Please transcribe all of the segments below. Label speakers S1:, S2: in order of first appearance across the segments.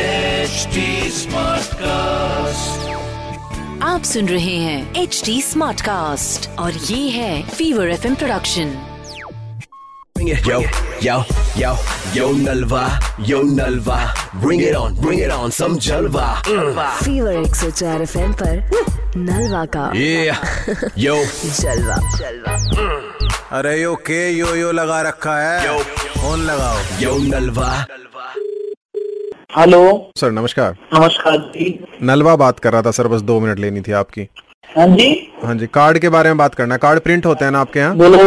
S1: HD Smartcast.
S2: आप सुन रहे हैं एच डी स्मार्ट कास्ट और ये है Fever F production
S3: Yo, yo, yo, yo Nalva, yo Nalva, bring it on, bring it on, some Jalva. Mm.
S2: Fever एक सौ चार एफ एम नलवा का
S3: Yeah, yo,
S2: जलवा जलवा
S4: अरे यो के यो यो लगा रखा है
S3: Yo.
S4: फोन लगाओ
S3: yo Nalva.
S5: हेलो
S4: सर नमस्कार
S5: नमस्कार जी
S4: नलवा बात कर रहा था सर बस दो मिनट लेनी थी आपकी
S5: हाँ जी
S4: हाँ जी कार्ड के बारे में बात करना है कार्ड प्रिंट होते हैं ना आपके यहाँ
S5: बोलो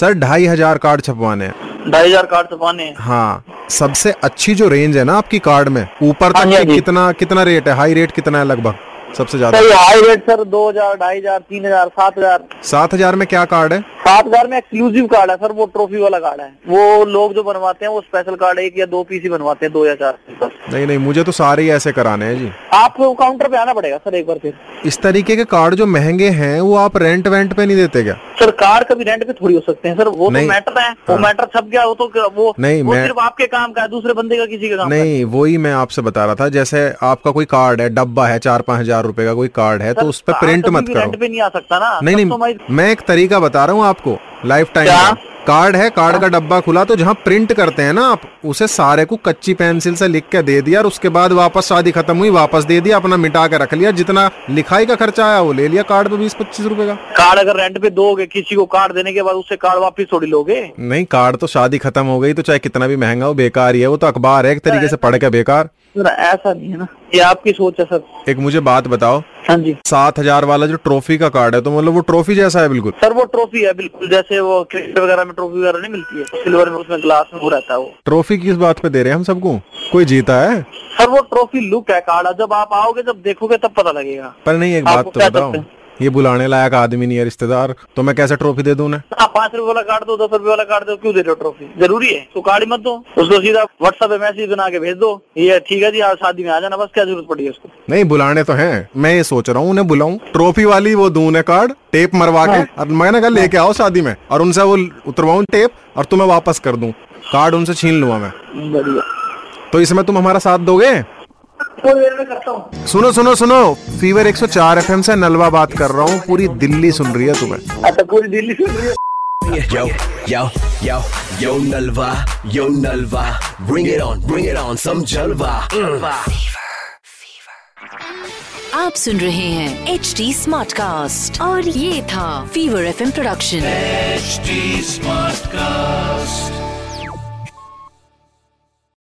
S4: सर ढाई हजार कार्ड छपवाने हैं
S5: ढाई हजार कार्ड तो छपाने हैं।
S4: हाँ सबसे अच्छी जो रेंज है ना आपकी कार्ड में ऊपर
S5: हाँ
S4: तक
S5: जी, हाँ
S4: कि-
S5: जी।
S4: कितना कितना रेट है हाई रेट कितना है लगभग सबसे ज्यादा
S5: सर हाई रेट सर दो हजार ढाई हजार तीन हजार सात हजार
S4: सात हजार में क्या कार्ड है
S5: सात हजार में एक्सक्लूसिव कार्ड है सर वो ट्रॉफी वाला कार्ड है वो लोग जो बनवाते हैं वो स्पेशल कार्ड एक या दो पीस ही बनवाते हैं दो या चार piece बस।
S4: नहीं नहीं मुझे तो सारे ही ऐसे कराने हैं जी
S5: आपको काउंटर पे आना पड़ेगा सर एक बार फिर
S4: इस तरीके के कार्ड जो महंगे हैं वो आप रेंट वेंट पे नहीं देते क्या
S5: सर कार्ड कभी रेंट पे थोड़ी हो सकते हैं सर वो तो
S4: नहीं।
S5: मैटर है वो
S4: हाँ।
S5: मैटर छप गया वो तो वो
S4: नहीं,
S5: वो
S4: मैं-
S5: सिर्फ आपके काम का है दूसरे बंदे का किसी का काम का है।
S4: नहीं वही मैं आपसे बता रहा था जैसे आपका कोई कार्ड है डब्बा है चार पाँच हजार रुपए का कोई कार्ड है तो
S5: सर,
S4: उस पर
S5: कार्ड
S4: प्रिंट
S5: कभी
S4: मत
S5: भी रेंट
S4: करो
S5: पे नहीं आ सकता ना
S4: नहीं नहीं
S5: Customize-
S4: मैं एक तरीका बता रहा हूँ आपको लाइफ टाइम
S5: क्या? हाँ।
S4: का कार्ड है कार्ड का डब्बा खुला तो जहाँ प्रिंट करते हैं ना आप उसे सारे को कच्ची पेंसिल से लिख के दे दिया और उसके बाद वापस शादी खत्म हुई वापस दे दिया अपना मिटा के रख लिया जितना लिखाई का खर्चा आया वो ले लिया कार्ड पे बीस पच्चीस रुपए का
S5: कार्ड अगर रेंट पे दोगे किसी को कार्ड देने के बाद उससे कार्ड वापस थोड़ी लोगे
S4: नहीं कार्ड तो शादी खत्म हो गई तो चाहे कितना भी महंगा हो बेकार ही है वो तो अखबार है एक तरीके से पढ़ के बेकार
S5: सर ऐसा नहीं है ना ये आपकी सोच है सर
S4: एक मुझे बात बताओ
S5: हाँ जी
S4: सात हजार वाला जो ट्रॉफी का कार्ड है तो मतलब वो ट्रॉफी जैसा है बिल्कुल
S5: सर वो ट्रॉफी है बिल्कुल जैसे वो क्रिकेट वगैरह में ट्रॉफी वगैरह नहीं मिलती है सिल्वर में उसमें ग्लास में वो रहता है वो
S4: ट्रॉफी किस बात पे दे रहे हैं हम सबको कोई जीता है
S5: सर वो ट्रॉफी लुक है कार्ड जब आप आओगे जब देखोगे तब पता लगेगा
S4: पर नहीं एक
S5: आप
S4: बात तो
S5: क्या
S4: बताओ
S5: करते
S4: ये बुलाने लायक आदमी नहीं है रिश्तेदार तो मैं कैसे ट्रॉफी दे दूं उन्हें
S5: आप पांच रुपए वाला कार्ड दो दस रुपए वाला कार्ड दो क्यों दे रहे हो ट्रॉफी जरूरी है तो कार्ड ही मत दो उसको सीधा व्हाट्सएप पे मैसेज बना के भेज दो ये ठीक है जी आप शादी में आ जाना बस क्या जरूरत पड़ी है उसको
S4: नहीं बुलाने तो हैं मैं ये सोच रहा हूँ उन्हें बुलाऊं ट्रॉफी वाली वो दूं उन्हें कार्ड टेप मरवा
S5: हाँ।
S4: के और मैं ना कहा लेके आओ शादी में और उनसे वो उतरवाऊं टेप और तुम्हें वापस कर दूं कार्ड उनसे छीन लूंगा मैं
S5: बढ़िया
S4: तो इसमें तुम हमारा साथ दोगे
S5: थोड़ी देर में करता हूँ
S4: सुनो सुनो सुनो फीवर 104 एफएम से नलवा बात कर रहा हूँ पूरी दिल्ली सुन रही है तुम्हें
S5: अच्छा पूरी दिल्ली सुन रही है
S3: Yo, yo, yo, yo Nalva, yo Nalva, bring it on, bring it on, some Jalva.
S2: आप सुन रहे हैं एच डी स्मार्ट कास्ट और ये था Fever F production
S1: HD Smartcast.